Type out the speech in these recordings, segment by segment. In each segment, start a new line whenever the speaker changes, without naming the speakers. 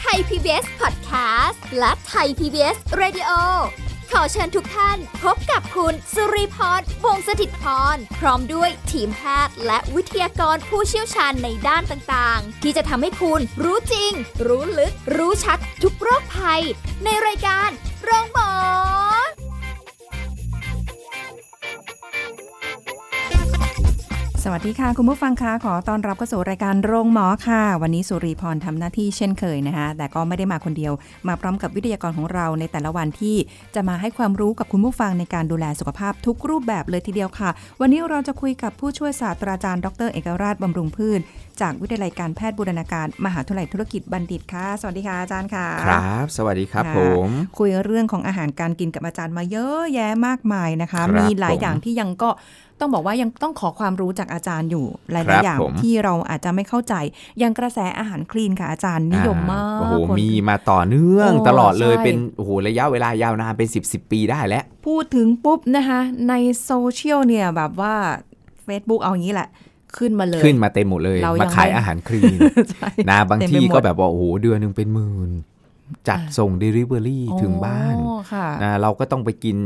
ไทย PBS Podcast และไทย PBS Radio ขอเชิญทุกท่านพบกับคุณสุริพรวงศสถิตพร พร้อมด้วยทีมแพทย์และวิทยากรผู้เชี่ยวชาญในด้านต่างๆ ที่จะทำให้คุณรู้จริง รู้ลึก รู้ชัดทุกโรคภัย ในรายการโรงพยาบาล
สวัสดีค่ะ คุณผู้ฟังคะขอต้อนรับเข้าสู่รายการโรงหมอค่ะ วันนี้สุริพรทำหน้าที่เช่นเคยนะคะแต่ก็ไม่ได้มาคนเดียว มาพร้อมกับวิทยากรของเราในแต่ละวันที่จะมาให้ความรู้กับคุณผู้ฟังในการดูแลสุขภาพทุกรูปแบบเลยทีเดียวค่ะ วันนี้เราจะคุยกับผู้ช่วยศาสตราจารย์ดรเอกราชบำรุงพืชจากวิทยาลัยการแพทย์บูรณาการ มหาวิทยาลัยธุรกิจบัณฑิตค่ะ สวัสดีค่ะอาจารย์ค่ะ
ครับ สวัสดีครับ
ค่ะ
ผม
คุยเรื่องของอาหารการกินกับอาจารย์มาเยอะแยะมากมายนะคะ
ครับ
มีหลาย
ผม
อย่างที่ยังก็ต้องบอกว่ายังต้องขอความรู้จากอาจารย์อยู่ หลา
ครั
ย
บ
ๆอย่าง
ผม
ที่เราอาจจะไม่เข้าใจอย่างกระแสอาหารคลีนค่ะอาจารย์นิยมมาก
อ่โอ้โห
คน
มีมาต่อเนื่อง
โอ้
ตลอดเลย
ใช่
เป็นโอ้โหระยะเวลายาวนานเป็น 10บสปีได้แล้ว
พูดถึงปุ๊บนะคะ ในโซเชียลเนี่ยแบบว่า Facebook เอาอย่างนี้แหละ ขึ้นมาเลย
ขึ้นมาเต็มหมดเลย
เรายัง
มาขาย
ไม่
อาหารคลีน
ใช่
นะบาง
เต็มไป
ที่
หมด
ก็แบบว่า โอ้โห เดือนหนึ่งเป็นหมื่น จัด
อ่ะ
ส่ง Delivery ถึงบ้าน
โอ้ค่ะ
นะเราก็ต้องไปกิน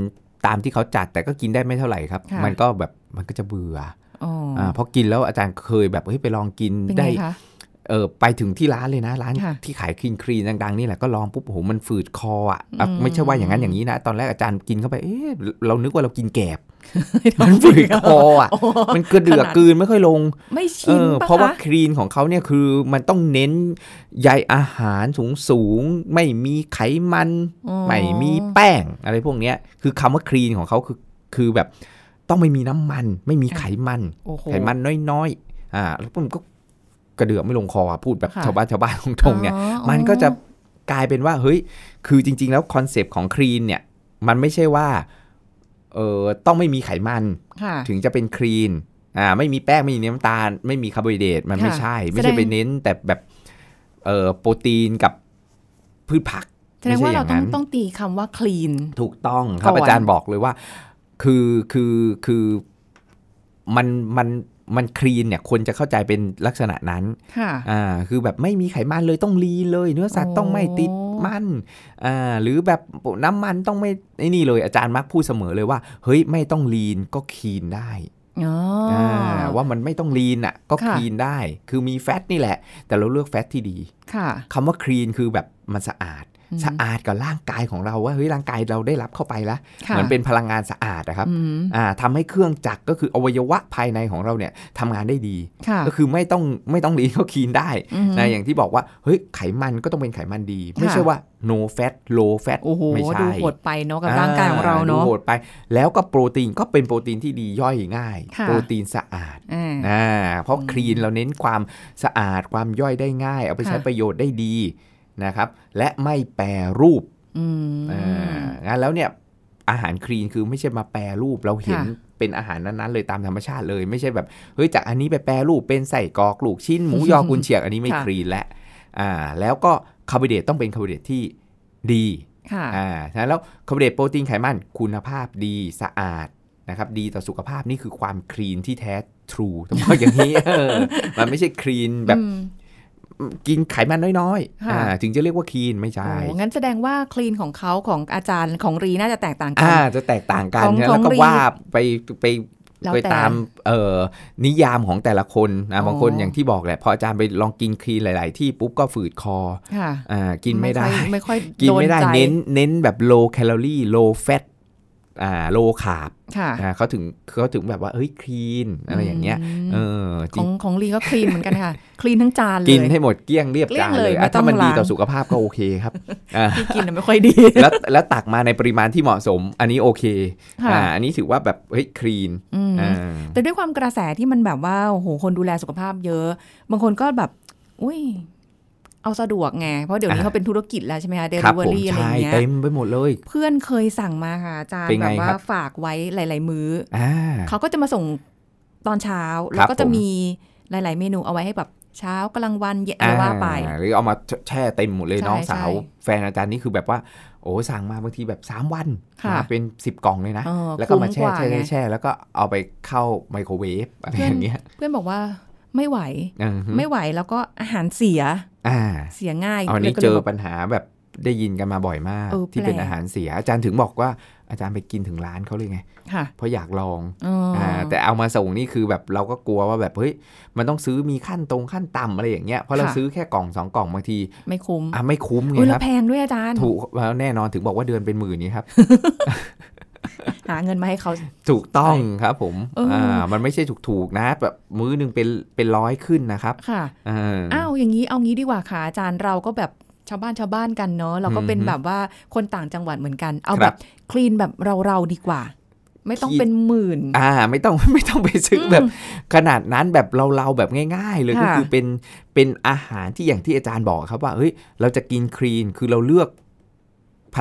ตามที่เขาจัดแต่ก็กินได้ไม่เท่าไหร่ครับ
ค่ะ
มันก็แบบมันก็จะเบื่อ
อ๋ออ
อ่าเพราะกินแล้วอาจารย์เคยแบบเฮ้ยไปลองกิน
เป็นไง
ได้
คะ
เออไปถึงที่ร้านเลยนะ ร้าน
ค่ะ
ที่ขายครีนครีนดังๆนี่แหละก็ลองปุ๊บโอ้โหมันฝืดคออ่ะอ่ะ
อืม
ไม่ใช่ว่าอย่างนั้นอย่างนี้นะ ตอนแรกอาจารย์กินเข้าไปเอ๊ะเรานึกว่าเรากินแก บ มันฝืดคออ่ะ
โอ้
มันกระเดือก
ขนาด
กลืนไม่ค่อยลง
ไม่
เอ
ชิน
อ
ปะ
เพราะว่า
คะ
ครีนของเขาเนี่ยคือมันต้องเน้นใยอาหารสูงสูงๆไม่มีไขมัน
อ๋อ
ไม่มีแป้งอะไรพวกเนี้ยคือคำว่าครีนของเขาคือคือแบบต้องไม่มีน้ำมัน ไม่มีไขมัน
โอ้โห
ไขมันน้อยๆ อ่า แล้วมันก็กระเดือกไม่ลงคออะพูดแบบ
ค่ะ
ชาวบ้านชาวบ้านตรงๆเนี่ย
อ๋อ
มันก็จะกลายเป็นว่า เฮ้ย คือจริง ๆ แล้วคอนเซปต์ของครีนเนี่ย มันไม่ใช่ว่า เออต้องไม่มีไขมัน
ค่ะ
ถึงจะเป็นครีน อ่า ไม่มีแป้ง ไม่มีน้ำตาล ไม่มีคาร์โบไฮเดรต มันไม่
ค่ะ
ใช่ ไม่ใช่
แสดง
ไปเน้นแต่แบบ เออโปรตีนกับพืชผัก
แสดงว่าเรา
ไม่ใช่อ
ต้
ย่างนั้
อง
น
ต้องตีคำว่า clean
ถูกต้องครับ
ก่อน
อาจารย์บอกเลยว่า คือคือคือมันมันมันคลีนเนี่ยคนจะเข้าใจเป็นลักษณะนั้น
ค่ะ
อ่าคือแบบไม่มีไขมันเลยต้องลีนเลย เนื้อสัตว์ต้องไม่ติดมันอ่าหรือแบบน้ำมันต้องไม่ไอ้นี่เลยอาจารย์มักพูดเสมอเลยว่า เฮ้ยไม่ต้องลีนก็คลีนได้
อ๋ออ
อ่าว่ามันไม่ต้องลีนอ่ะก็
ค่ะ
คลีนได้ คือมีแฟตนี่แหละ แต่เราเลือกแฟตที่ดี
ค่ะ
คำว่าคลีนคือแบบมันสะอาด
อืม
สะอาดกับร่างกายของเราว่าเฮ้ยร่างกายเราได้รับเข้าไปแล้ว
ค่ะ
เหมือนเป็นพลังงานสะอาดนะครับ
อืม
อ่าทำให้เครื่องจักรก็คืออวัยวะภายในของเราเนี่ยทำงานได้ดี
ค่ะ
ก็คือไม่ต้องไม่ต้องลีนก็คลีนได้
ม
นะอย่างที่บอกว่าเฮ้ยไขมันก็ต้องเป็นไขมันดี
ค่ะ
ไม่ใช่ว่า no fat low fat
โอ้โห
ไม่ใช่
ดูโหดไปเนาะกับร่างกายของเราเนาะ
ดูโหดไป แล้วก็โปรตีนก็เป็นโปรตีนที่ดีย่อยง่าย
ค่ะ
โปรตีนสะอาด
อ่า
อ่าเพราะ
อืม
ครีนเราเน้นความสะอาดความย่อยได้ง่าย เอาไปใช้
ค่ะ
ประโยชน์ได้ดีนะครับ และไม่แปรรูป
อืม
อ่างั้นแล้วเนี่ยอาหารครีนคือไม่ใช่มาแปรรูปเราเห็น
ค่ะ
เป็นอาหารนั้นๆเลยตามธรรมชาติเลย ไม่ใช่แบบเฮ้ยจากอันนี้ไปแปรรูปเป็นใส่กรอกลูกชิ้นหมูยอกุนเชียงอันนี้ไม่
ค่ะ
ครีนแล้วอ่าแล้วก็คาร์โบไฮเดรตต้องเป็นคาร์โบไฮเดรตที่ดี
ค่ะ
อ่าฉะนั้นแล้วคาร์โบไฮเดรตโปรตีนไขมันคุณภาพดีสะอาด นะครับดีต่อสุขภาพนี่คือความคลีนที่แท้ทรูต้องบอกอย่างนี้ เออมันไม่ใช่คลีนแบบ
อืม
กินไขมันน้อย
ค่ะ
ๆอ่าถึงจะเรียกว่าคลีนไม่ใช่
โอ้งั้นแสดงว่าคลีนของเขาของอาจารย์ของรีน่าจะแตกต่างกั
อ่าน จะแตกต่างกัน
ของ
นะ
ข
แล้
อง
วก็
รี
ว่าไปไป
แล้ว
ไป
แต่
ตามเอ่อนิยามของแต่ละคนนะบางคน
อ๋อ
อ
อ
ย่างที่บอกแหละพออาจารย์ไปลองกินคลีนหลาย ๆ ที่ปุ๊บก็ฝืดคอ
ค่ะ
อ่ากินไม่ได้
ไม่ค่อย
กินไม่ได้
โใจ
เน้นเน้นแบบ low calorie low fat อ่า low carb
ค่ะ
อ่าเขาถึงเขาถึงแบบว่าเฮ้ยคลีนอะไรอย่างเงี้ย
ม
เออจ
ข
ริ
องงของรีก็คลีนเหมือนกันค่ะ คลีนทั้งจานเลย
กินให้หมดเกลี้ยงเรียบ
เกลี้ย
จาง น
เลย
เลย
ไม่
อะ
ต้อ
ถ้าง มันดี
ล้าง
ต่อสุขภาพก็โอเค ครับอ่า
ที่กินน่ะไม่ค่อยดี
แล้วแล้วตักมาในปริมาณที่เหมาะสม อันนี้โอเค
ค่ะ
อาอันนี้ถือว่าแบบเฮ้ยคลีน
อืม
อ่า
แต่ด้วยความกระแสที่มันแบบว่าโอ้โหคนดูแลสุขภาพเยอะ บางคนก็แบบ อุ้ย เอาสะดวกไง เพราะเดี๋ยวนี้
อ่า
เขาเป็นธุรกิจแล้วใช่ไหมคะเด
ค
ลิ
รับ
เวอ
ผม
รี่อะไรอ
ใช่
ย่างเงี้ย
เต็มไปหมดเลย
เพื่อนเคยสั่งมาค่ะอาจารย์
เป็น
แบ
ไง
บว่า
ครับ
ฝากไว้หลาย ๆ มื้อ
อ่า
เขาก็จะมาส่งตอนเช้า
ค
แล้
รั
ว
บ
ก็จะ
ผม
มีหลาย ๆ เมนูเอาไว้ให้แบบ เช้ากลางวันเย็นอะไรว่าไป
อ่หรือเอามาแช่เต็มหมดเลย
ใช่
น้องสาว
ใช่
แฟนอาจารย์นี่คือแบบว่า โอ้สั่งมาบางทีแบบ 3 วัน
ค่ะ
มาเป็น 10 กล่องเลยนะ
เออ
แล้วก็มาแช่
คุ้มกว่า
แช่
ไง
แช่แช่แล้วก็เอาไปเข้าไมโครเวฟอะไร
เพื่
อ
อน
ย่างเงี้ย
เพื่อนบอกว่าไม่ไหว
อือฮึ
ไม่ไหวแล้วก็อาหารเสีย
อ่า
เสียง่าย
เอาอันนี้
แล้วก็
เจ
ลย
อ
ก
บปัญหาแบบได้ยินกันมาบ่อยมาก
เออ
ที่เป็น
แปลก
อาหารเสีย อาจารย์ถึงบอกว่าอาจารย์ไปกินถึงร้านเขาเลยไง
ค่ะ
เพราะอยากลอง
อ๋ออ
่าแต่เอามาส่งนี่คือแบบเราก็กลัวว่าแบบเฮ้ยมันต้องซื้อมีขั้นตรงขั้นต่ำอะไรอย่างเงี้ยเพราะเรา
ค่ะ
ซื้อแค่กล่องสองกล่องบางที
ไม่คุ้ม
อ่ะไม่คุ้มไง
อุ้ย
ค
แล้
รั
ว
บ
แพงด้วยอาจารย์
ถูกแล้วแน่นอนถึงบอกว่าเดือนเป็นหมื่นนี้ครับ
หาเงินมาให้เขา
ถูกต้องครับผม
เอออ่
ามันไม่ใช่ถูกถูกๆนะแบบมื้อหนึ่งเป็นเป็นร้อยขึ้นนะครับ
ค่ะ
อ่า
อ้าวอย่างนี้เอางี้ดีกว่าค่ะอาจารย์เราก็แบบชาวบ้านชาวบ้านกันเนาะเราก็เป็น
อือฮึ
แบบว่าคนต่างจังหวัดเหมือนกัน เอา
ครับ
แบบคลีนแบบเราเราๆดีกว่า ไม่ต้อง
คลีน
เป็นหมื่น
อ่าไม่ต้อง ไม่ต้องไปซื้ออ
ม
แบบขนาดนั้นแบบเราๆแบบง่ายๆ เลย
ค่ะ
ก็คือเป็นเป็นอาหารที่อย่างที่อาจารย์บอกครับว่าเฮ้ยเราจะกินคลีนคือเราเลือก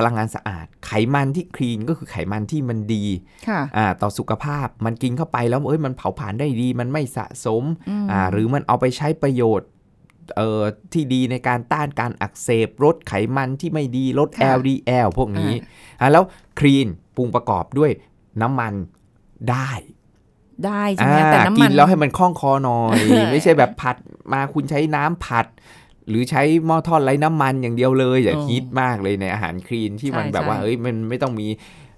พลังงานสะอาด ไขมันที่คลีนก็คือไขมันที่มันดี
ค่ะ
อ่าต่อสุขภาพมันกินเข้าไปแล้วเอ้ยมันเผาผลาญได้ดีมันไม่สะสม
ม
อ่าหรือมันเอาไปใช้ประโยชน์เอ่อที่ดีในการต้านการอักเสบลดไขมันที่ไม่ดีลด
ค่ะ
LDL พวกนี้อ่าแล้วครีนปรุงประกอบด้วยน้ำมันได้
ได้ใช่ไหม
อ่า
แต่น้ำ
กิ
มัน
นแล้วให้มันคล่องคอหน่อย
เออ
ไม่ใช่แบบผัดมาคุณใช้น้ำผัด หรือใช้หม้อทอดไร้น้ำมันอย่างเดียวเลย อย่า
เออ
คิดมากเลยในอาหารครีนที่
ใช่
มันแบบว่า
ใช่
เอ้ยมันไม่ต้องมี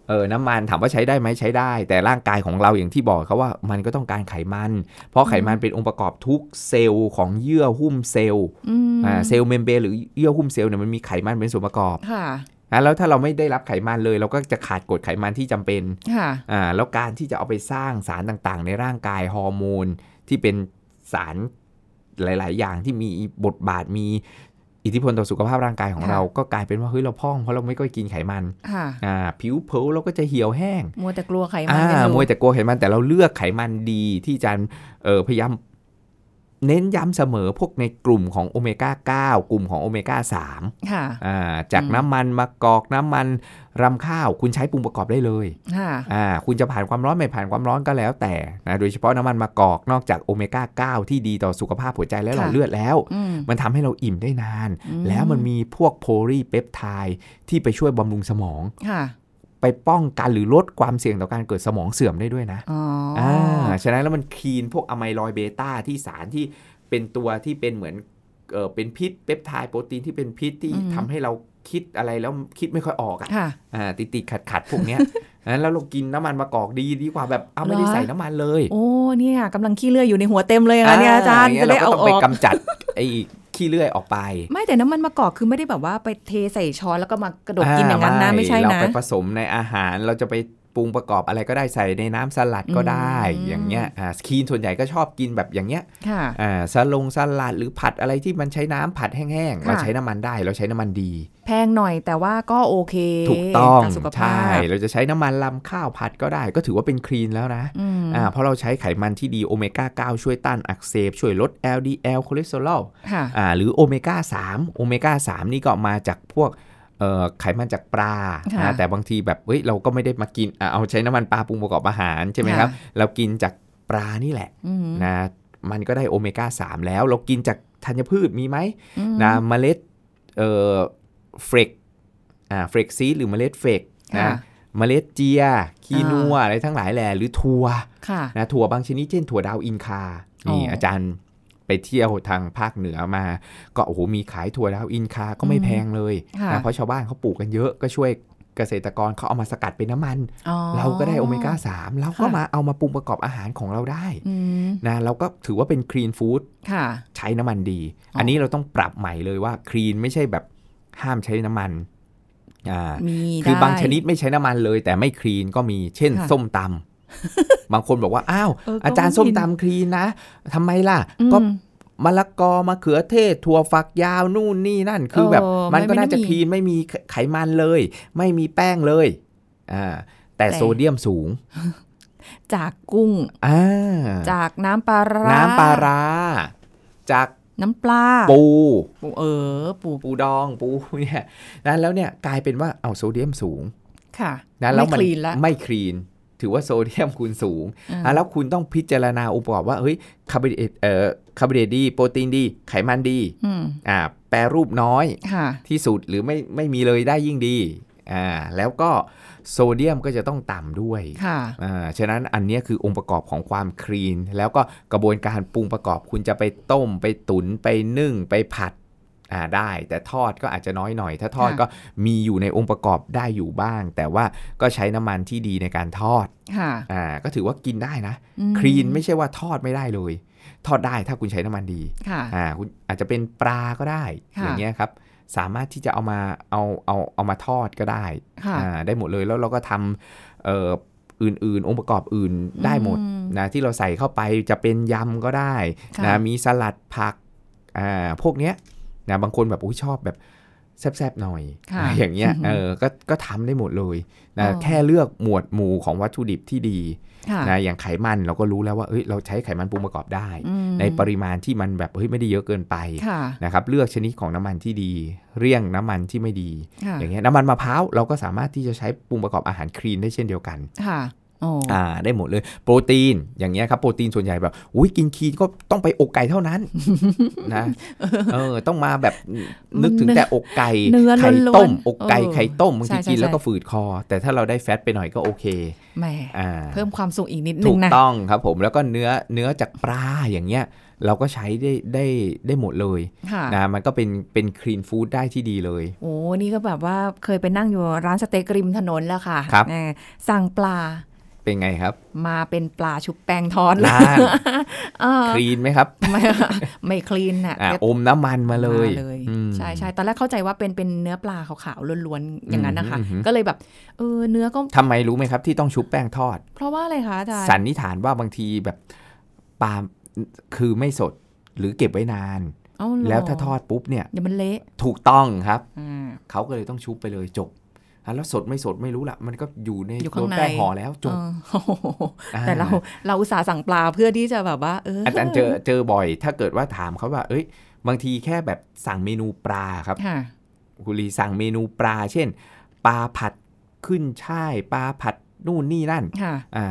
เออน้ำมันถามว่าใช้ได้ไหมใช้ได้ แต่ร่างกายของเราอย่างที่บอกเขาว่ามันก็ต้องการไขมัน เพราะไขมันเป็นองค์ประกอบทุกเซลล์ของเยื่อหุ้มเซลล์
อืม
อ่าเซลล์เมมเบรนหรือเยื่อหุ้มเซลล์เนี่ยมันมีไขมันเป็นส่วนประกอบ
ค่ะ
นะแล้วถ้าเราไม่ได้รับไขมันเลย เราก็จะขาดกรดไขมันที่จำเป็น
ค่ะ
อ่าแล้วการที่จะเอาไปสร้างสารต่างๆ ในร่างกายฮอร์โมน ที่เป็นสารหลาย ๆ อย่างที่มีบทบาทมีอิทธิพลต่อสุขภาพร่างกายของเราก็กลายเป็นว่าเฮ้ยเราพร่องเพราะเราไม่ค่อยกินไขมัน
ค่ะ
อ่าผิวเผลอเราก็จะเหี่ยวแห้ง
มัวแต่กลัวไขมัน
อ่า
กันอยู่
มวยแต่กลัวไขมันแต่เราเลือกไขมันดีที่อาจารย์เออพยายามเน้นย้ำเสมอพวกในกลุ่มของโอเมก้า 9 กลุ่มของโอเมก้า3
ค่ะ
อ่าจาก
อืม
น้ำมันมะกอกน้ำมันรำข้าว คุณใช้ปรุงประกอบได้เลย
ค่ะ
อ่าคุณจะผ่านความร้อนไม่ผ่านความร้อนก็แล้วแต่นะโดยเฉพาะน้ำมันมะกอกนอกจากโอเมก้า 9 ที่ดีต่อสุขภาพหัวใจและหลอด
ค่ะ
เลือดแล้ว
อืม
มันทำให้เราอิ่มได้นาน
อืม
แล้วมันมีพวกโพลีเปปไทด์ที่ไปช่วยบำรุงสมอง
ค่ะ
ไปป้องกันหรือลดความเสี่ยงต่อการเกิดสมองเสื่อมได้ด้วยนะ
อ๋ออ
อ่า ฉะนั้นแล้วมันคลีนพวกอะไมลอยเบต้าที่สารที่เป็นตัวที่เป็นเหมือนเออเป็นพิษเปปไทด์โปรตีนที่เป็นพิษที่ทำให้เราคิดอะไรแล้วคิดไม่ค่อยออกอะ
ค่ะ
อ่าติดติดขัดขัดๆพวกเนี้ย นั้นแล้วเรากินน้ำมันมะกอกดีดีกว่าแบบเอาไม่ได้
เหรอ
ใส่น้ำมันเลย
โอ้เนี่ยกำลังขี้เลื่อยอยู่ในหัวเต็มเลยอะเนี่ยอาจารย์
ย่ง
จะ
เงี้
ได้เอา
เราก็ต้ง
อ
ไป
อก
กำจัดไอ้ขี้เลื่อยออกไป
ไม่แต่น้ำมันมะกอกคือไม่ได้แบบว่าไปเทใส่ช้อนแล้วก็มากระดกกินอย่างนั้นนะไม่ใช่
เรา
นะ
ไปผสมในอาหารเราจะไปปรุงประกอบอะไรก็ได้ใส่ในน้ำสลัดก็ได้
อืม
อย่างเงี้ยอ่าคลีนส่วนใหญ่ก็ชอบกินแบบอย่างเงี้ย
ค่ะ
อ่าสลงสลัดหรือผัดอะไรที่มันใช้น้ำผัดแห้งๆ
ค่ะ
เราใช้น้ำมันได้เราใช้น้ำมันดี
แพงหน่อยแต่ว่าก็โอเค
ถูกต้อง
ต่สุขภา
ใช่
พ
เราจะใช้น้ำมันลำข้าวผัดก็ได้ ก็ถือว่าเป็นคลีนแล้วนะ
อืม
อ่าเพราะเราใช้ไขมันที่ดีโอเมก้า 9 ช่วยต้านอักเสบ ช่วยลด LDL คอเลสเตอรอล
ค่ะ
อ่าหรือโอเมก้า 3 โอเมก้า 3 นี่ก็มาจากพวกเอ่อไขมันจากปลา
ค่ะ
อ่าแต่บางทีแบบเฮ้ยเราก็ไม่ได้มากินอ่าเอาใช้น้ำมันปลาปรุงประกอบอาหารใช่ไหม
ค่ะ
ครับเรากินจากปลานี่แหละ
อืม
นะมันก็ได้โอเมก้า 3 แล้วเรากินจากธัญพืชมีไหม
อืม
นะเมล็ดเอ่อเฟรกอ่าเฟรกซีหรือเมล็ดเฟรก
ค่ะ
นะเมล็ดเจียคี
อ่า
นัวอะไรทั้งหลายแหล่หรือถั่ว
ค่ะ
นะถั่วบางชนิดเช่นถั่วดาวอินคา
อ๋อ
นี่อาจารย์ไปเที่ยวทางภาคเหนือมา ก็โอ้โหมีขายถั่วดาวอินคาก็ไม่
อืม
แพงเลย
ค่ะ
นะเพราะชาวบ้านเขาปลูกกันเยอะก็ช่วยเกษตรกรเขาเอามาสกัดเป็นน้ำมัน
อ๋อ
เราก็ได้โอเมก้า 3 เราก็
ค่ะ
มาเอามาปรุงประกอบอาหารของเราได้
อืม
นะเราก็ถือว่าเป็นคลีนฟู้ด
ค่ะ
ใช้น้ำมันดี
อ๋ออั
อันนี้เราต้องปรับใหม่เลยว่าคลีนไม่ใช่แบบห้ามใช้น้ำมันอ่า
มี
คือบาง
ได้
ชนิดไม่ใช้น้ำมันเลย แต่ไม่คลีนก็มีเช่น
ค่ะ
ส้มตำ บางคนบอกว่าอ้าว
เออก็
อาจารย์
ไม่
ส้ม
กิน
ตำคลีนนะทำไมล่ะ
อืม
ก็มะละกอมะเขือเทศถั่วฝักยาวนู่นนี่นั่น คือแบบ
เออ
มันก็
มันไม่
น่าจะ
ได้มี
คลีนไม่มีไขมันเลย ไม่มีแป้งเลยอ่าแต่
แต่
โซเดียมสูง
จากกุ้ง
อ่า
จากน้ำปลาร้า
น้ำปลาร้าจาก
น้ำปลา
ปู
ปูเออปู
ปูดองปูเนี่ยนะแล้วเนี่ยกลายเป็นว่าเอาโซเดียมสูง
ค่ะ
นะแล้ว
ไม่
มั
คลีนละ
ไม่คลีน ถือว่าโซเดียมคุณสูง
อ่า
อ่ะแล้วคุณต้องพิจารณาองค์ประกอบว่าเฮ้ยคาร์โบไฮเดรตเอ่อคาร์โบไฮเดรตดี โปรตีนดี ไขมันดี
อืม
อ่าแปรรูปน้อย
ค่ะ
ที่สุดหรือไม่ไม่มีเลยได้ยิ่งดีอ่าแล้วก็โซเดียมก็จะต้องต่ำด้วย
ค่ะ
อ่าฉะนั้นอันเนี้ยคือองค์ประกอบของความคลีน แล้วก็กระบวนการปรุงประกอบคุณจะไปต้มไปตุนไปนึ่งไปผัดอ่าได้ แต่ทอดก็อาจจะน้อยหน่อย ถ้าทอด
ค่ะ
ก็มีอยู่ในองค์ประกอบได้อยู่บ้าง แต่ว่าก็ใช้น้ำมันที่ดีในการทอด
ค่ะ
อ่าก็ถือว่ากินได้นะ
อืม
คลีนไม่ใช่ว่าทอดไม่ได้เลย ทอดได้ถ้าคุณใช้น้ำมันดี
ค่ะ
อ่าคุณอาจจะเป็นปลาก็ได้
ค่ะ
อย่างเงี้ยครับ สามารถที่จะเอามาเอาเอาเอามาทอดก็ได้
ค่ะ
อ่าได้หมดเลยแล้วเราก็ทำเอ่ออื่นๆ องค์ประกอบอื่นได้หมด
อืม
นะที่เราใส่เข้าไปจะเป็นยำก็ได้
ค่ะ
นะมีสลัดผักอ่าพวกเนี้ยนะบางคนแบบอุ้ยชอบแบบแซบๆหน่อย
ค่ะ
อะไรอย่างเงี้ยเออก็ก็ทำได้หมดเลยนะ
อ๋อ
แค่เลือกหมวดหมู่ของวัตถุดิบที่ดี
ค่ะ
นะอย่างไขมันเราก็รู้แล้วว่าเอ้ยเราใช้ไขมันปรุงประกอบได้
อืม
ในปริมาณที่มันแบบเฮ้ยไม่ได้เยอะเกินไป
ค่ะ
นะครับเลือกชนิดของน้ำมันที่ดีเรี่ยงน้ำมันที่ไม่ดี
ค่ะ
อย่างเงี้ยน้ำมันมะพร้าวเราก็สามารถที่จะใช้ปรุงประกอบอาหารคลีนได้เช่นเดียวกัน
ค่ะโอ้
อ่าได้หมดเลย โปรตีนอย่างเงี้ยครับโปรตีนส่วนใหญ่แบบอุ้ยกินคลีนก็ต้องไปอกไก่เท่านั้น นะ เออต้องมาแบบนึกถึงแต่อกไก่
เนื้อ
ไข่
ล้
ต้
วน
ม
ๆ
อกไก่
เ
ไข่ต้มบาง
ใช่
ทีกิน
ใช่
แล้วก็ฝืดคอ แต่ถ้าเราได้แฟตไปหน่อยก็โอเค
แหม
อ่า
เพิ่มความสุขอีกนิดนึ
ถู
ง
ก
นะ
ต้องครับผมแล้วก็เนื้อเนื้อจากปลาอย่างเงี้ยเราก็ใช้ได้ได้ได้หมดเลย
ค่ะ
นะมันก็เป็นเป็นคลีนฟู้ดได้ที่ดีเลย
โอ้ นี่ก็แบบว่าเคยไปนั่งอยู่ร้านสเต็กริมถนนแล้วค่ะ
ครับ
แหมสั่งปลา
เป็นไง ครับ
มาเป็นปลาชุบแป้งทอดเลย
ล้าง
เออ
คลีนไหมครับ
ไม่ ไม่คลีนน่ะ
อ่ะ
เดี๋ยว
อมน้ำมันมาเลย
มา
อืม
ใช่ใช่ตอนแรกเข้าใจว่าเป็นเป็นเนื้อปลาขาวๆล้วนๆอย่างนั้นนะคะ
อืมอืม
ก็เลยแบบเออเนื้อก็
ทำไมรู้ไหมครับที่ต้องชุบแป้งทอด
เพราะว่าอะไรคะอาจารย์
สันนิษฐานว่าบางทีแบบปลาคือไม่สดหรือเก็บไว้นาน
เอ้าเหร
แล้วถ้าทอดปุ๊บเนี่ย
เดี๋ยวมันเละ
ถูกต้องครับ
อ่า
เขาก็เลยต้องชุบไปเลยจบอ่ะแล้วสดไม่สดไม่รู้ละมันก็อยู่ใน
อยู่
โด
ข้าง
น
ใน
แป้งห่อแล้วจบ
เออโอ้ โหแต่เรา
อ่
เราอุตส่าห์สั่งปลาเพื่อที่จะแบบว่า เอออ
อาจารย์เจอเจอบ่อย ถ้าเกิดว่าถามเขาว่า เอ้ย บางทีแค่แบบสั่งเมนูปลาครับ
ค่ะ
คุณลีสั่งเมนูปลา เช่น ปลาผัดขึ้นช่ายปลาผัดนู่นนี่นั่น
ค่ะ
อ่า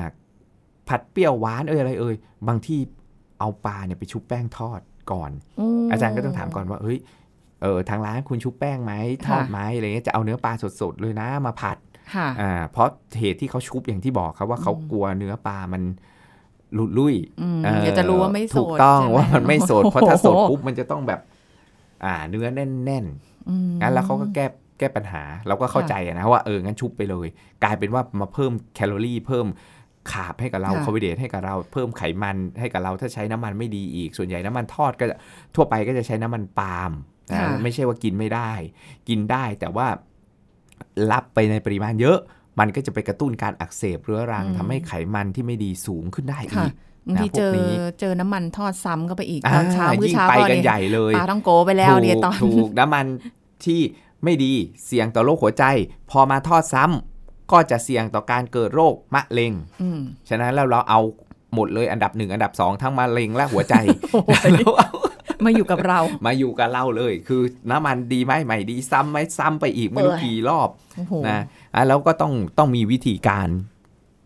ผัดเปรี้ยวหวานเอ่ยอะไรเอ่ยบางที่เอาปลาเนี่ยไปชุบแป้งทอดก่อน อาจารย์ก็ต้องถามก่อนว่าเฮ้ยเออทางร้านคุณชุบแป้งไหมทอด
ค่ะ
ไหมอะไรเงี้ยจะเอาเนื้อปลาสดๆเลยนะมาผัด
ค่ะ
อ่า เพราะเหตุที่เขาชุบอย่างที่บอกครับว่าเขา
อืม
กลัวเนื้อปลามันหลุดลุ่ย
อืม
อ่อ
เดี๋ยวจะรู้ว่าไม่สด
ถูกต้อง
ใช่ไห
ว่ามันไม่ สดเพราะถ้าสด
โอ้โห
ปุ๊บมันจะต้องแบบ อ่า เนื้อแน่น
อืม
ๆงั้นแล้วเขาก็แก้แก้ปัญหา เราก็เข้า
ค่ะ
ใจอะนะว่าเอองั้นชุบไปเลย กลายเป็นว่ามาเพิ่มแคลอรี่ เพิ่มคาร์บให้กับเรา
ค่ะ
คาร์โบไฮเดรตให้กับเรา เพิ่มไขมันให้กับเราถ้าใช้น้ำมันไม่ดีอีก ส่วนใหญ่น้ำมันทอดก็จะทั่วไปก็จะใช้น้ำมันปาล์มนะ
ค่ะ
ไม่ใช่ว่ากินไม่ได้ กินได้แต่ว่ารับไปในปริมาณเยอะ มันก็จะไปกระตุ้นการอักเสบเรื้อรังทำให้ไขมันที่ไม่ดีสูงขึ้นได้อี
ค่ะ
ก
บางที
นะพวก
เจอ
นี้
เจอน้ำมันทอดซ้ำก็ไปอีกตอนเช้ามื้อ
ยิ่ง
เช้า
ไป
ก็
กัน
เนี่ย
ใหญ่เลย
ปลาต้องโกไปแล้ว
ถูก
เนี่ยตอน
ถู กน้ำมันที่ไม่ดีเสี่ยงต่อโรคหัวใจ พอมาทอดซ้ำก็จะเสี่ยงต่อการเกิดโรคมะเร็ง
อืม
ฉะนั้นแล้วเราเอาหมดเลยอันดับหนึ่งอันดับสองทั้งมะเร็งและหัวใจแล้วเอา
มาอยู่กับเรา
มาอยู่กับเราเลย คือน้ำมันดีไหมไม่ดีซ้ำไหมซ้ำไปอีกไม่รู้
เอ้ย
กี่รอบ
โอ้โห
นะอ่ะแล้วก็ต้องต้องมีวิธีการ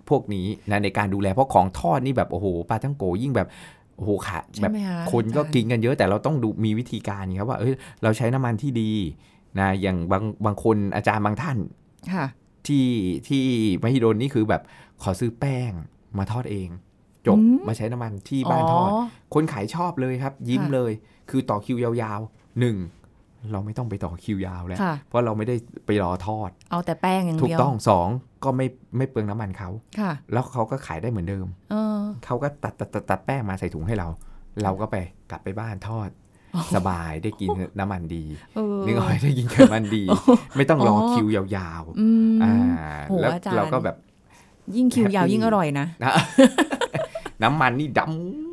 พวกนี้นะในการดูแลเพราะของทอดนี่แบบโอ้โหปลาทั้งโกยิ่งแบบโอ้โหขาด
ใช่
แบบ
ไหมคะ
คนก็
อาจารย์
กินกันเยอะแต่เราต้องดูมีวิธีการครับว่าเอ้ยเราใช้น้ำมันที่ดีนะอย่างบางบางคนอาจารย์บางท่าน
ค่ะ
ที่ที่มหิดลนี่คือแบบขอซื้อแป้งมาทอดเอง จบ
อืม
มาใช้น้ำมันที่บ้านทอด คนขายชอบเลยครับ ยิ้ม
ค่ะ
เลย คือต่อคิวยาวๆหนึ่งเราไม่ต้องไปต่อคิวยาวแล้ว
ค่ะ
เพราะเราไม่ได้ไปรอทอด
เอาแต่แป้งอย่าง
ถูก
เดียว
ต้องสองก็ไม่ไม่เปลืองน้ำมันเขา
ค่ะ
แล้วเขาก็ขายได้เหมือนเดิม
เออ
เขาก็ตัดตัดตัดตัดแป้งมาใส่ถุงให้เรา เราก็ไปกลับไปบ้านทอด
อ๋อ
สบายได้กินน้ำมันดี
เออ
นึกออกไหมได้กินไขมันดี
โอ้
ไม่ต้องรออ
อ
คิวยาว
อืม
ๆอ่า
โห
แล้ว
อาจารย์
เราก็แบบ
ยิ่งคิวยาวยิ่งอร่อยนะ
นะน้ำมันนี่ด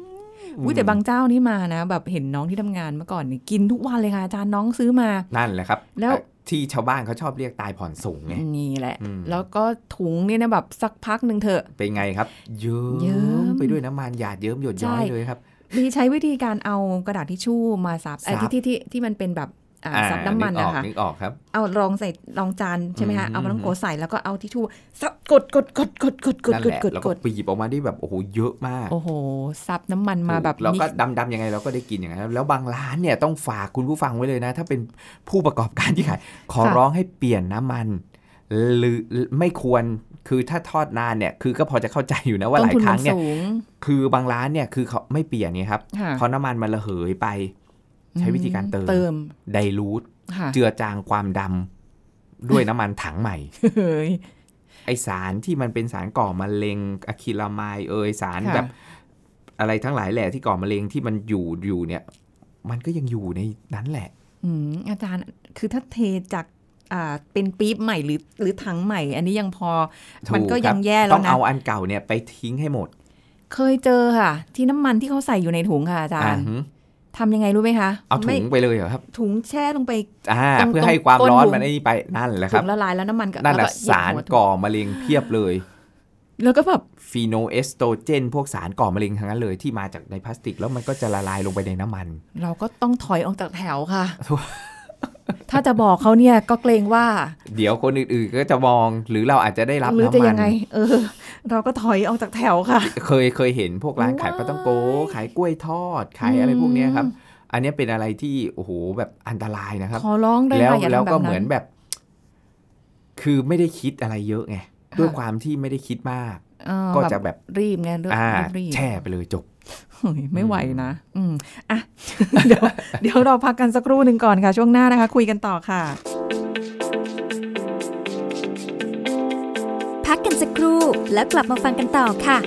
ำ
อุ้ยแต่บางเจ้านี่มานะ แบบเห็นน้องที่ทำงานเมื่อก่อนนี่กินทุกวันเลยค่ะอาจารย์น้องซื้อมา
นั่นแหละครับ
แล้ว
ที่ชาวบ้านเขาชอบเรียกตายผ่อนสูงไง
นี่แหละ
อืม
แล้วก็ถุงเนี่ยนะแบบสักพักหนึ่งเถอะ
เป็นไงครับ เยิ้
เยิ้
ม
ม
ไปด้วยน้ำมันหยาดเยิ้มหยดย้อย
ใช่
เลยครับ
มีใช้วิธีการเอากระดาษทิชชู่มาซับไอ้
ซับ
ที่ที่ที่ที่มันเป็นแบบ อ่า
อ่า
ซับน้ำมัน
กอ
นะ
อก
คะ
นึกออกครับ
เอารองใส่รองจานใช่ไหมคะ
อืม
เอามาต้องโกะใส่แล้วก็เอาทิชชู่ซับกดกดกดกดกดกด
นั่น
กด
แหละ
กด
แล้ว
ก
ก็
ด
ปีบออกมาได้แบบโอ้โหเยอะมาก
โอ้โหซับน้ำมันมาแบบ
เราก็
มิกซ์
ดำๆยังไงเราก็ได้กินอย่างนั้นครับแล้วบางร้านเนี่ยต้องฝากคุณผู้ฟังไว้เลยนะ ถ้าเป็นผู้ประกอบการที่ขายขอร้องให้เปลี่ยนน้ำมันหรือไม่ควรคือถ้าทอดนานเนี่ยคือก็พอจะเข้าใจอยู่นะว่า
ต้น
หลาย
ทุน
ค
มั
รั้
น
งเนี่ย
สูง
คือบางร้านเนี่ยคือเขาไม่เปลี่ยนไงครับ
ค่ะ
พอน้ำมันมันระเหยไป ใช้วิธีการเติม
เติม
ไดรูท
ค่ะ
เจือจางความดำด้วยน้ำมันถังใหม่
เฮ้ย
ไอสารที่มันเป็นสารก่อมะเร็งอะคริลามายเอยสาร
ค่ะ
แบบอะไรทั้งหลายแหละที่ก่อมะเร็งที่มันอยู่อยู่เนี่ย มันก็ยังอยู่ในนั้นแหละ
อืมอาจารย์คือถ้าเทจากอ่าเป็นปี๊บใหม่หรือหรือถังใหม่ อันนี้ยังพอ
ถู
มันก็
ค
ยั
รับ
งแย่แล้
ต้
ว
อง
นะ
เอาอันเก่าเนี่ยไปทิ้งให้หมด
เคยเจอค่ะ ที่น้ำมันที่เขาใส่อยู่ในถุงค่ะอาจาร
อ่า
ย์
ฮะ
ทำยังไงรู้ไหมคะ
เอาถุ
ไม่
งไปเลยเหรอครับ
ถุงแช่ลงไป
อ่า
ตรง
เพื่อให้ความ
ตรง
ร้อ
ก้น
น
ถุง
มันไอ้นี่ไปนั่นแหละ
ถุ
ครับ
งละลายแล้วน้ำมันก็
นั่นแห
แล้ว
ละ
ก็เหยีย
สา
บ
ร
หัวถุง
ก่อมะเร็งเพียบเลย
แล้วก็แบบ
ฟีโนเอสโตรเจน พวกสารก่อมะเร็งทั้งนั้นเลยที่มาจากในพลาสติก แล้วมันก็จะละลายลงไปในน้ำมัน
เราก็ต้องถอยออกจากแถว ค่ะ ถ้าจะบอกเขาเนี่ยก็เกรงว่า
เดี๋ยวคนอื่นๆก็จะมองหรือเราอาจจะได้รับ
หรือ
น้ำ
จะ
มั
ยั
น
งไง เออ เราก็ถอยออกจากแถวค่ะ
เคยเคยเห็นพวกร้านขายปลาต้องโก ขายกล้วยทอด ขายอะไรพวกเนี้ยครับ อันเนี้ยเป็นอะไรที่โอ้โหแบบอันตรายนะครับ
ขอร้องได้
แล้ว
ค่ะอย่า
แล้ว
ทำแบ
ก็
บ
เหมือ
นั้นน
แบบ คือไม่ได้คิดอะไรเยอะไง
ค่ะ
ด้วยความที่ไม่ได้คิดมาก
เออ
ก็จะแบบ
รีบไงเรื่อง
อ่า
รีบๆ
แช่ไปเลยจบ
เฮ้ยไม่ไหว
อืม
นะ อืม อ่ะ เดี๋ยว เดี๋ยวเราพักกันสักครู่หนึ่งก่อนค่ะ ช่วงหน้านะคะ คุยกันต่อค่ะ
พักกันสักครู่แล้วกลับมาฟังกันต่อค่ะ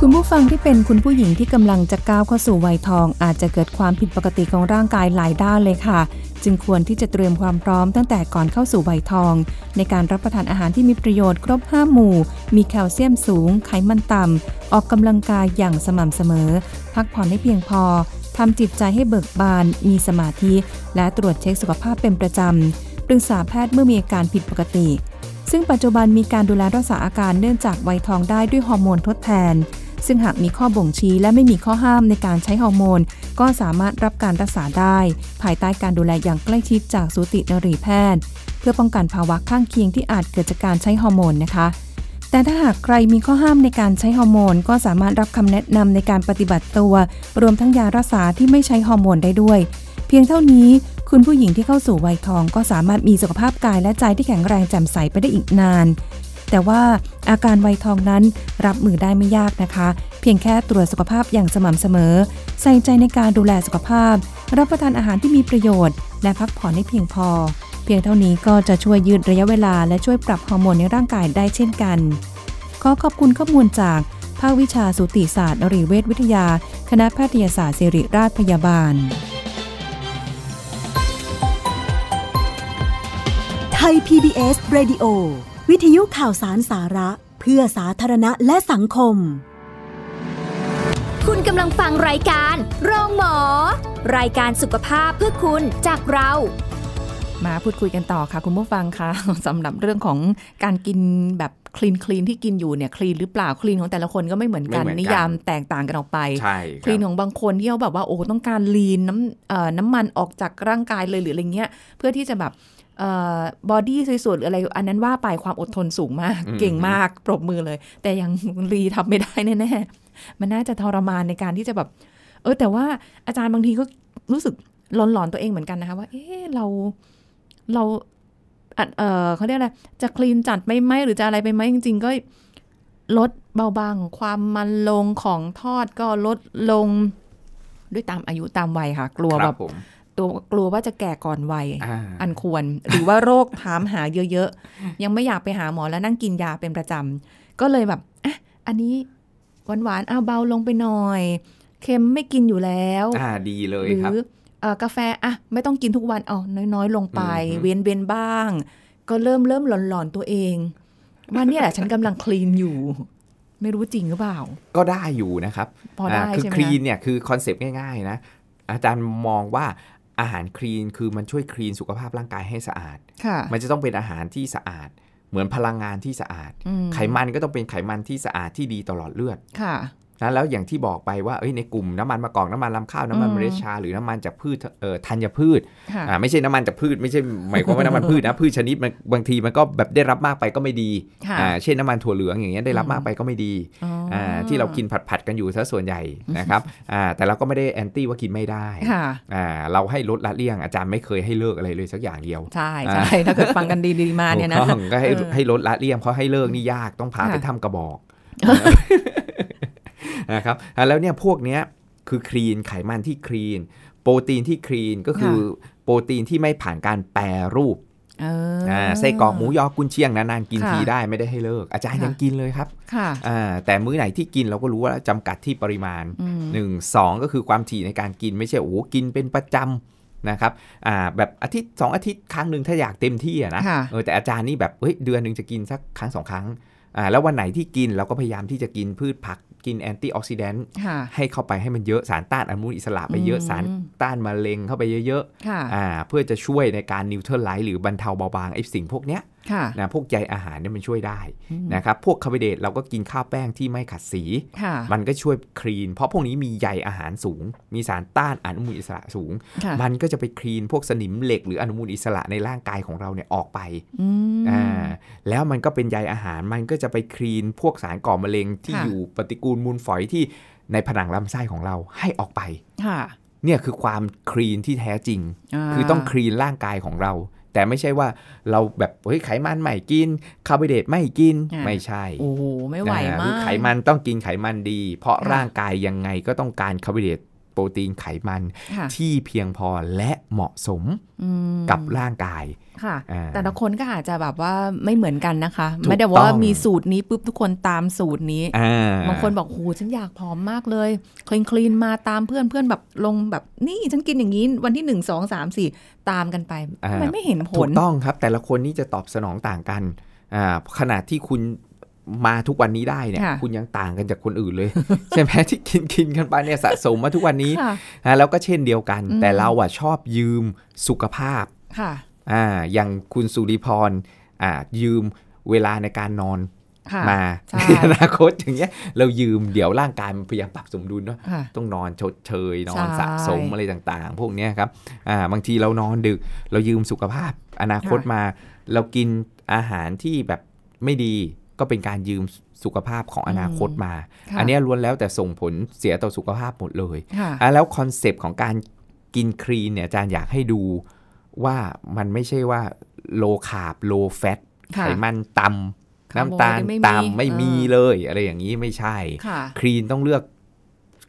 คุณผู้ฟังที่เป็นคุณผู้หญิงที่กำลังจะก้าวเข้าสู่วัยทอง อาจจะเกิดความผิดปกติของร่างกายหลายด้านเลยค่ะ จึงควรที่จะเตรียมความพร้อมตั้งแต่ก่อนเข้าสู่วัยทอง ในการรับประทานอาหารที่มีประโยชน์ครบ 5 หมู่ มีแคลเซียมสูง ไขมันต่ำ ออกกำลังกายอย่างสม่ำเสมอ พักผ่อนให้เพียงพอทำจิตใจให้เบิกบาน มีสมาธิ และตรวจเช็คสุขภาพเป็นประจำปรึกษาแพทย์เมื่อมีอาการผิดปกติ ซึ่งปัจจุบันมีการดูแลรักษาอาการเนื่องจากวัยทองได้ด้วยฮอร์โมนทดแทน ซึ่งหากมีข้อบ่งชี้และไม่มีข้อห้ามในการใช้ฮอร์โมน ก็สามารถรับการรักษาได้ ภายใต้การดูแลอย่างใกล้ชิดจากสูตินรีแพทย์ เพื่อป้องกันภาวะข้างเคียงที่อาจเกิดจากการใช้ฮอร์โมนนะคะ แต่ถ้าหากใครมีข้อห้ามในการใช้ฮอร์โมน ก็สามารถรับคำแนะนำในการปฏิบัติตัว รวมทั้งยารักษาที่ไม่ใช้ฮอร์โมนได้ด้วย เพียงเท่านี้ คุณผู้หญิงที่เข้าสู่วัยทองก็สามารถมีสุขภาพกายและใจที่แข็งแรงแจ่มใสไปได้อีกนาน แต่ว่าอาการวัยทองนั้นรับมือได้ไม่ยากนะคะ เพียงแค่ตรวจสุขภาพอย่างสม่ำเสมอ ใส่ใจในการดูแลสุขภาพ รับประทานอาหารที่มีประโยชน์ และพักผ่อนให้เพียงพอ เพียงเท่านี้ก็จะช่วยยืดระยะเวลาและช่วยปรับฮอร์โมนในร่างกายได้เช่นกัน ขอขอบคุณข้อมูลจากภาควิชาสูติศาสตร์นรีเวชวิทยา คณะแพทยศาสตร์ศิริราชพยาบาล
ไทย PBS Radio วิทยุข่าวสารสาระ เพื่อสาธารณะและสังคม
คุณกำลังฟังรายการโรงหมอ รายการสุขภาพเพื่อคุณจากเรา
มาพูดคุยกันต่อค่ะคุณผู้ฟังคะ สำหรับเรื่องของการกินแบบคลีนคลีนที่กินอยู่เนี่ยคลีนหรือเปล่าคลีนของแต่ละคนก็ไม่เหมือนกัน
ไม่เหมือนกัน
นิยามแตกต่างกันออกไป
ใช่
คลีนของบางคนที่เขาแบบว่าโอ้ต้องการลีนน้ำเอ่อน้ำมันออกจากร่างกายเลยหรืออะไรเงี้ย เพื่อที่จะแบบบอดี้สวยๆหรืออะไร อันนั้นว่าไปความอดทนสูงมาก เก่งมากปรบมือเลย แต่ยัง รีทำไม่ได้แน่ๆ มันน่าจะทรมานในการที่จะแบบ เออแต่ว่าอาจารย์บางทีก็รู้สึกหลอนๆตัวเองเหมือนกันนะคะว่า เออเราเราอ่ะเออเขาเรียกอะไรจะคลีนจัดไปไหมหรือจะอะไรไปไหมจริง ๆ ก็ลดเบาบางของความมันลงของทอดก็ลดลงด้วยตามอายุตามวัยค่ะ กลัว
ค
แบ
รั
บบ
ผม
ตัวกลัวว่าจะแก่ก่อนวัย
อ่า
อันควรหรือว่าโรคถามหาเยอะๆ ยังไม่อยากไปหาหมอแล้วนั่งกินยาเป็นประจำก็เลยแบบอ่ะอันนี้หวานๆเอาเบาลงไปหน่อย เค็มไม่กินอยู่แล้ว
อ่าดีเลย
หรื
ครับ
อเอ่อกาแฟอ่ะไม่ต้องกินทุกวันเอาน้อยๆ ลงไป
อือฮึ
เวียนเวียนๆบ้าง ก็เริ่มเริ่มหลอนๆตัวเองว่าเนี่ยแหละฉันกำลังคลีนอยู่ ไม่รู้จริงหรือเปล่า
ก็ได้อยู่นะครับ
พอได้
อ่าคือ
ใช่ไหม
คลี
คะ
นเนี่ยคือคอนเซปต์ง่ายๆนะอาจารย์มองว่า อาหารคลีนคือมันช่วยคลีนสุขภาพร่างกายให้สะอาด
ค่ะ
มันจะต้องเป็นอาหารที่สะอาด เหมือนพลังงานที่สะอาด
อืม
ไขมันก็ต้องเป็นไขมันที่สะอาดที่ดีต่อหลอดเลือด
ค่ะ
นะแล้วอย่างที่บอกไปว่าเอ้ยในกลุ่มน้ำมันมะกอกน้ำมันลำข้าวน้ำมัน
อืม
เมล็ดชา หรือน้ำมันจากพืชเอ่อธัญพืช
ค่ะ
อ่าไม่ใช่น้ำมันจากพืชไม่ใช่หมายความว่าน้ำมันพืชนะ พืชชนิดมันบางทีมันก็แบบได้รับมากไปก็ไม่ดี
ค่ะ
อ่าเช่นน้ำมันถั่วเหลืองอย่างเงี้ยได้รับมากไปก็ไม่ดี
อ๋ออ
อ่าที่เรากินผัดผัดๆกันอยู่ซะส่วนใหญ่นะครับ อ่าแต่เราก็ไม่ได้แอนตี้ว่ากินไม่ได้
ค่ะ
อ่าเราให้ลดละเลี่ยงอาจารย์ไม่เคยให้เลิกอะไรเลยสักอย่างเดียว
ใช่ใช่ถ้าเกิดฟังกันดีๆมาเนี่ยนะ
ถูกต้องก็ให้
เออ
ให้ลดละเลี่ยมเพราะให้เลิกนี่ยากต้องพา
ค่ะ
ไปทำกระ บอกนะครับอ่ะแล้วเนี่ยพวกเนี้ยคือคลีนไขมันที่คลีน โปรตีนที่คลีนก็คือ
ค่
โปรตีนที่ไม่ผ่านการแปรรูป
เอออ
าไส้กรอกหมูยอกุนเชียงนานๆกิน
ค่ะ
ทีได้ไม่ได้ให้เลิก อาจารย์
ค่ะ
ยังกินเลยครับ
ค่ะ
อ่าแต่มื้อไหนที่กินเราก็รู้ว่าจำกัดที่ปริมาณ
อืม
หนึ่งสองก็คือความถี่ในการกินไม่ใช่โอ้โหกินเป็นประจำนะครับอ่าแบบอาทิตย์สองอาทิตย์ครั้งหนึ่งถ้าอยากเต็มที่อะนะ
ค่ะ
เออแต่อาจารย์นี่แบบเฮ้ยเดือนหนึ่งจะกินสักครั้งสองครั้งอ่าแล้ววันไหนที่กินเราก็พยายามที่จะกินพืชผักกินแอนตี้ออกซิแดนต์
ค่ะ
ให้เข้าไปให้มันเยอะสารต้านอนุมูลอิสระไปเยอะ
อืม
สารต้านมะเร็งเข้าไปเยอะ
ค่ะ
ๆอ่าเพื่อจะช่วยในการนิวเทอร์ไลท์หรือบรรเทาเบาบางไอ้สิ่งพวกเนี้ย
ค่ะ
นะพวกใยอาหารเนี่ยมันช่วยได้
อืม
นะครับพวกคาร์โบไฮเดรตเราก็กินข้าวแป้งที่ไม่ขัดสี
ค่ะ
มันก็ช่วยคลีน เพราะพวกนี้มีใยอาหารสูง มีสารต้านอนุมูลอิสระสูง
ค่ะ
มันก็จะไปคลีนพวกสนิมเหล็กหรืออนุมูลอิสระในร่างกายของเราเนี่ยออกไป
อืม
อ่าแล้วมันก็เป็นใยอาหาร มันก็จะไปคลีนพวกสารก่อมะเร็งที่
ค่ะ
อยู่ปฏิกูลมูลฝอยที่ในผนังลำไส้ของเราให้ออกไป
ค่ะ
เนี่ยคือความคลีนที่แท้จริง
า
คือต้องคลีนร่างกายของเรา แต่ไม่ใช่ว่าเราแบบเฮ้ยไขมันไม่กินคาร์โบไฮเดรตไม่กิน
อ่า
ไม่ใช่
โอ้โหไม่ไหว
อ่
มาก
คือไขมันต้องกินไขมันดี เพราะ
ค่ะ
ร่างกายยังไงก็ต้องการคาร์โบไฮเดรตโปรตีนไขมัน
ค่ะ
ที่เพียงพอและเหมาะสม
อืม
กับร่างกาย
ค่ะ
อ่า
แต่ละคนก็อาจจะแบบว่าไม่เหมือนกันนะคะ
ถูก
ไม่ได้ว่า
ต้อง
มีสูตรนี้ปุ๊บทุกคนตามสูตรนี้
อ่
บางคนบอกโหฉันอยากผอมมากเลยคลีนคลีนมาตามเพื่อนเพื่อนแบบลงแบบนี่ฉันกินอย่างนี้วันที่หนึ่งสองสามสี่ตามกันไป
อ่า
มันไม่เห็นผ
ถู
ล
กต้องครับ แต่ละคนนี่จะตอบสนองต่างกันอ่าขนาดที่คุณมาทุกวันนี้ได้เนี่ย
ค่ะ
คุณยังต่างกันจากคนอื่นเลย ใช่ไหมที่กินกินกันไปเนี่ยสะสมมาทุกวันนี้
ค่ะ
นะแล้วก็เช่นเดียวกัน
อืม
แต่เราอ่ะชอบยืมสุขภาพ
ค่ะ
อ่าอย่างคุณสุริพรอ่ายืมเวลาในการนอน
ค่ะ
มา
ใช่
ใน อนาคตอย่างเงี้ยเรายืมเดี๋ยวร่างกายมันพยายามปรับสมดุลเนาะ
ค่ะ
ต้องนอนชดเชย นอน
ใช่
สะสมอะไรต่างๆ พวกเนี้ยครับอ่าบางทีเรานอนดึก เรายืมสุขภาพ อนาคตมา เรากินอาหารที่แบบไม่ดีก็เป็นการยืมสุขภาพของอนาคตมา
ค่ะ
อันเนี้ยล้วนแล้วแต่ส่งผลเสียต่อสุขภาพหมดเลย
ค่ะ
อ่ะแล้วคอนเซปต์ของการกินครีนเนี่ยอาจารย์อยากให้ดูว่ามันไม่ใช่ว่าโลคาร์บโลแฟตไข
ค่ะ
มันต่ำ น้ำตาล
ไม่มี
ต่ำไม่มี
เออ
เลย อะไรอย่างนี้ไม่ใช่
ค่ะ
ครีนต้องเลือก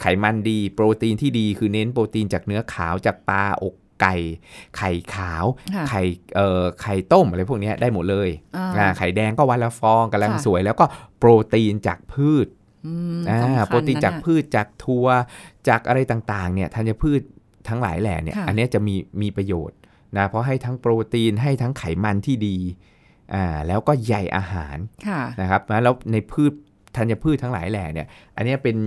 ไขมันดี โปรตีนที่ดีคือเน้นโปรตีนจากเนื้อขาวจากปลาอกไก่ ไข่ขาว
ค่ะ
ไข่เอ่อไข่ต้มอะไรพวกเนี้ยได้หมดเลย
อ่า
อ่าไข่แดงก็วันละฟองกำลัง
ค่ะ
สวย แล้วก็โปรตีนจากพืช
อืม
อ่า
สำคัญ
โปรตีนจาก
ะ
พืชจากทัวจากอะไรต่างๆเนี่ยธัญพืชทั้งหลายแหล่เนี่ย
ค่ะ
อันเนี้ยจะมีมีประโยชน์นะเพราะให้ทั้งโปรตีนให้ทั้งไขมันที่ดีอ่าแล้วก็ใยอาหาร
ค่ะ
นะครับแล้วในพืชธัญพืชทั้งหลายแหล่เนี่ย อันเนี้ยเป็น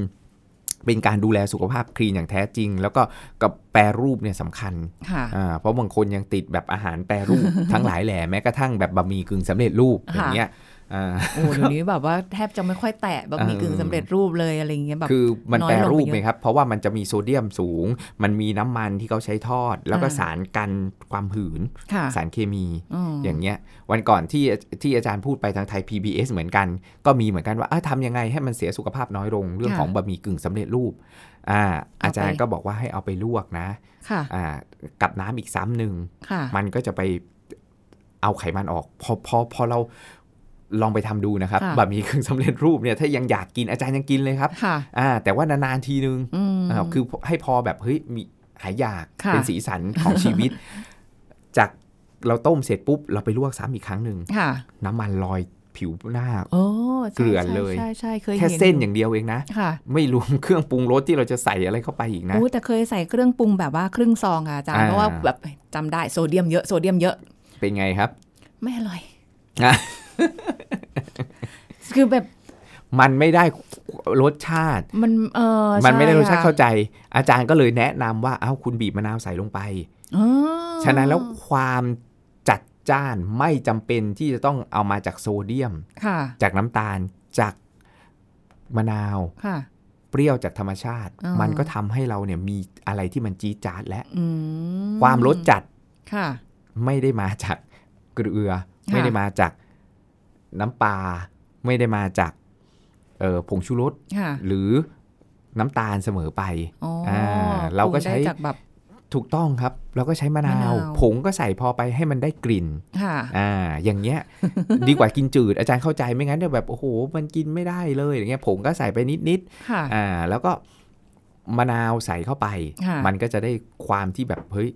เป็นการดูแลสุขภาพคลีนอย่างแท้จริง แล้วก็กับแปรรูปเนี่ยสำคัญ
ค่ะ
อ่าเพราะบางคนยังติดแบบอาหารแปรรูป ทั้งหลายแหล่แม้กระทั่งแบบบะหมี่กึ่งสำเร็จรูป
ค่ะ
อย่างเงี้ยอ่า
โอ้เดี๋ยวนี้แบบว่าแทบจะไม่ค่อยแตะแบบมี
เออ
กึ่งสำเร็จรูปเลยอะไรอย่างเงี้ยแบบ
คือมัน
น้อย
แปรรูป
ลงไปเยอะ
ไหมครับ เพราะว่ามันจะมีโซเดียมสูง มันมีน้ำมันที่เขาใช้ทอด แล้วก็
อ่า
สารกันความหืน
ค่ะ
สารเคมี
ม
อย่างเงี้ยวันก่อนที่ที่อาจารย์พูดไปทางไทย PBS เหมือนกัน ก็มีเหมือนกันว่าอ่ะทำยังไงให้มันเสียสุขภาพน้อยลง เรื่อง
ค่ะ
ของบะหมี่กึ่งสำเร็จรูปอ่า
เอาไป
อาจารย์ก็บอกว่าให้เอาไปลวกนะ
ค่ะ
อ่ากับน้ำอีกซ้ำหนึ่ง
ค่ะ
มันก็จะไปเอาไขมันออก พอพอพอเราลองไปทำดูนะครับ
ค่ะ
บะหมี่กึ่งสำเร็จรูปเนี่ยถ้ายังอยากกินอาจารย์ยังกินเลยครับ
ค่ะ
อ่าแต่ว่านานๆทีนึง
อืม
อ่าคือให้พอแบบเฮ้ยมีหายอยาก
ค่ะ
เป็นสีสันของชีวิต จากเราต้มเสร็จปุ๊บ เราไปลวกซ้ำอีกครั้งหนึ่ง
ค่ะ
น้ำมันลอยผิวหน้า
โอ้
เกลื่อนเลย
ใช่ใช่ใช่เคย
แค่
ห็
เส้นอย่างเดียวเองนะ
ค่ะ
ไม่รวมเครื่องปรุงรสที่เราจะใส่อะไรเข้าไปอีกนะ
โอ้แต่เคยใส่เครื่องปรุงแบบว่าครึ่งซองค่ะอาจารย์
อ่า
เพราะว่าแบบจำได้โซเดียมเยอะโซเดียมเยอะ
เป็นไงครับ
ไม่อร่อย
อ่ะ
คือแบบ
มันไม่ได้รสชาติ
มันเออ
มันไม่ได้รสชาติ
ใค่ะ
เข้าใจ อาจารย์ก็เลยแนะนำว่าเอ้าคุณบีบมะนาวใส่ลงไป
อ๋อ
ฉะนั้นแล้วความจัดจ้านไม่จำเป็นที่จะต้องเอามาจากโซเดียม
ค่ะ
จากน้ำตาลจากมะนาว
ค่ะ
เปรี้ยวจากธรรมชาติ
อ๋อ
มันก็ทำให้เราเนี่ยมีอะไรที่มันจี๊ดจ๊าดและ
อืม
ความรสจัด
ค่ะ
ไม่ได้มาจากเกลือ ไม่ได้มาจากน้ำปลาไม่ได้มาจากเอ่อผงชูรส
ค่ะ
หรือน้ำตาลเสมอไป
อ๋อ
อ่าเราก็ใช้
ปงได้จากแบบ
ถูกต้องครับ เราก็ใช้มะนาว
มะนาว
ผงก็ใส่พอไปให้มันได้กลิ่น
ค่ะ
อ่า อย่างเงี้ย ดีกว่ากินจืด อาจารย์เข้าใจไม่งั้นเนี่ยแบบโอ้โห มันกินไม่ได้เลยอย่างเงี้ยผงก็ใส่ไปนิดนิด
ค่ะ
ๆอ่า แล้วก็มะนาวใส่เข้าไป
ค่ะ
มันก็จะได้ความที่แบบเฮ้ย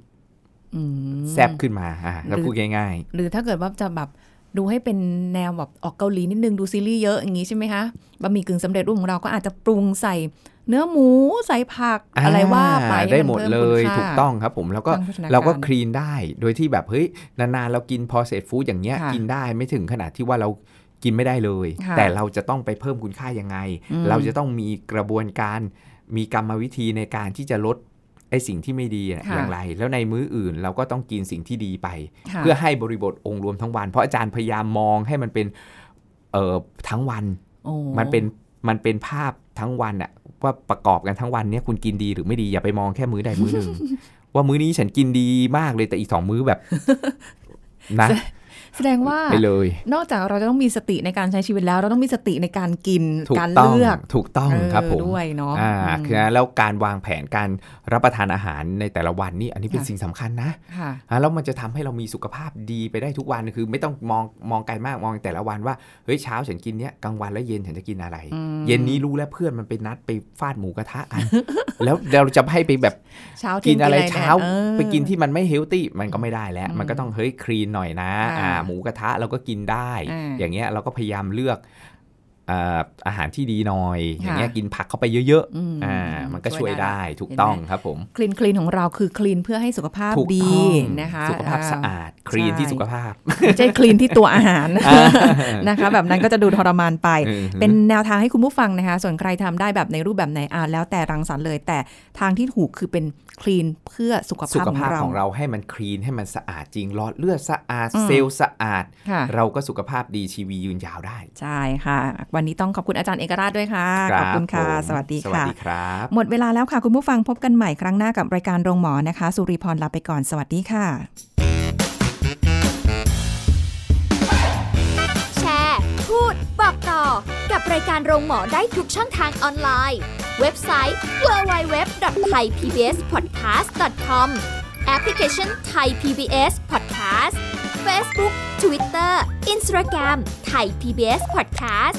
อืม
แซบขึ้นมาอ่าเรา
หรือ
พูดง่าย
หรือถ้าเกิดว่าจะแบบดูให้เป็นแนวแบบออกเกาหลีนิดนึงดูซีรีส์เยอะอย่างนี้ใช่ไหมคะบะหมี่กึ่งสำเร็จรูปของเราก็อาจจะปรุงใส่เนื้อหมูใส่ผัก
ๆา
อะไรว่าไป
ได้
ให้น
หมด
พิ่
เล
คุณ
ย
ค่า
ถูกต้องครับผมแล้วก็
ทงโภชน
เราก็คลีนได้โดยที่แบบเฮ้ยนานๆเรากินพอเศษฟู้ดอย่างเงี้ย
ค่ะ
กินได้ไม่ถึงขนาดที่ว่าเรากินไม่ได้เลย
ค่ะ
แต่เราจะต้องไปเพิ่มคุณค่ายังไง
อืม
เราจะต้องมีกระบวนการมีกรรมวิธีในการที่จะลดไอ้สิ่งที่ไม่ดีน่ะอย่างไร แล้วในมื้ออื่นเราก็ต้องกินสิ่งที่ดีไป
ค่ะ
เพื่อให้บริบทองค์รวมทั้งวัน เพราะอาจารย์พยายามมองให้มันเป็นเอ่อทั้งวัน
โอ้
มันเป็นมันเป็นภาพทั้งวันอะว่าประกอบกันทั้งวันเนี่ยคุณกินดีหรือไม่ดีอย่าไปมองแค่มื้อใดมื้อ หนึ่ง ว่ามื้อนี้ฉันกินดีมากเลยแต่อีกสองมื้อแบบ นะ
แสดงว่า
ไปเลย
นอกจากเราจะต้องมีสติในการใช้ชีวิตแล้ว เราต้องมีสติในการกิน
ถูก
การ
ต้อง
เลือก
ถูกต้องครับผ
เอ
ม
อด้วยเนาะ
อ่า
อืม
คือแล้วการวางแผนการรับประทานอาหารในแต่ละวันนี่อันนี้เป็น
ค่ะ
สิ่งสำคัญนะ
ค่ะ
อ่าแล้วมันจะทำให้เรามีสุขภาพดีไปได้ทุกวันคือ ไม่ต้องมองมองไกลมากมองแต่ละวันว่าเฮ้ยเช้าฉันกินเนี้ยกลางวันแล้วเย็นฉันจะกินอะไร
อืม
เย็นนี้รู้แล้วเพื่อนมันไปนัดไปฟาดหมูกระทะ กัน แล้วเราจะให้ไปแบบ
เช้า
กิ
เที่ย
น
ง
อะไร
นี่ย
เช้า
ออ
ไปกินที่มันไม่เฮลตี้มันก็ไม่ได้แล้ว
อืม
มันก็ต้องเฮ้ยคลีนหน่อยนะ
ค่ะ
อ่าหมูกระทะเราก็กินได้
อ่า
อย่างเงี้ยเราก็พยายามเลือกอ่าอาหารที่ดีหน่อย
ค่ะ
อย่างเงี้ยกินผักเข้าไปเยอะ
อืม
ๆอ่ามันก็
ช่
ช่
ว
วย ย
ได้
ได้ถูก
เห็นไหม
ต้องครับผม
คลีนคลีนของเราคือคลีนเพื่อให้สุขภาพ
ถูก
ดี
ต้อง
นะคะ
สุขภาพสะอาดคลีนที่สุขภาพ
ไม่ใช่คลีนที่ตัวอาหาร
อ่า
นะคะ แบบนั้นก็จะดูทรมานไป
อืม
เป็นแนวทางให้คุณผู้ฟังนะคะ ส่วนใครทำได้แบบในรูปแบบไหนอ่าแล้วแต่รังสรรค์เลย แต่ทางที่ถูกคือเป็นคลีนเพื่อสุข
สุ
ภาพข
ข
อ
ภาพ
งเรา
ของเราให้มันคลีนให้มันสะอาดจริงหลอดเลือดสะอาด
อืม
เซลล์สะอาด
ค่ะ
เราก็สุขภาพดีชีวียืนยาวได้
ใช่ค่ะ วันนี้ต้องขอบคุณอาจารย์เอกราชด้วยค่ะ ขอบคุณค่ะ
รับผม
สวัสดี
สวัส
ค่ะ
ดีครับ
หมดเวลาแล้วค่ะคุณผู้ฟังพบกันใหม่ครั้งหน้ากับรายการโรงหมอนะคะ สุริพรลาไปก่อนสวัสดีค่ะ
แชร์ พูด บอกต่อ กับรายการโรงหมอได้ทุกช่องทางออนไลน์ เว็บไซต์ www.thaipbspodcast.com แอปพลิเคชัน Thai PBS Podcast Facebook Twitter Instagram Thai PBS Podcast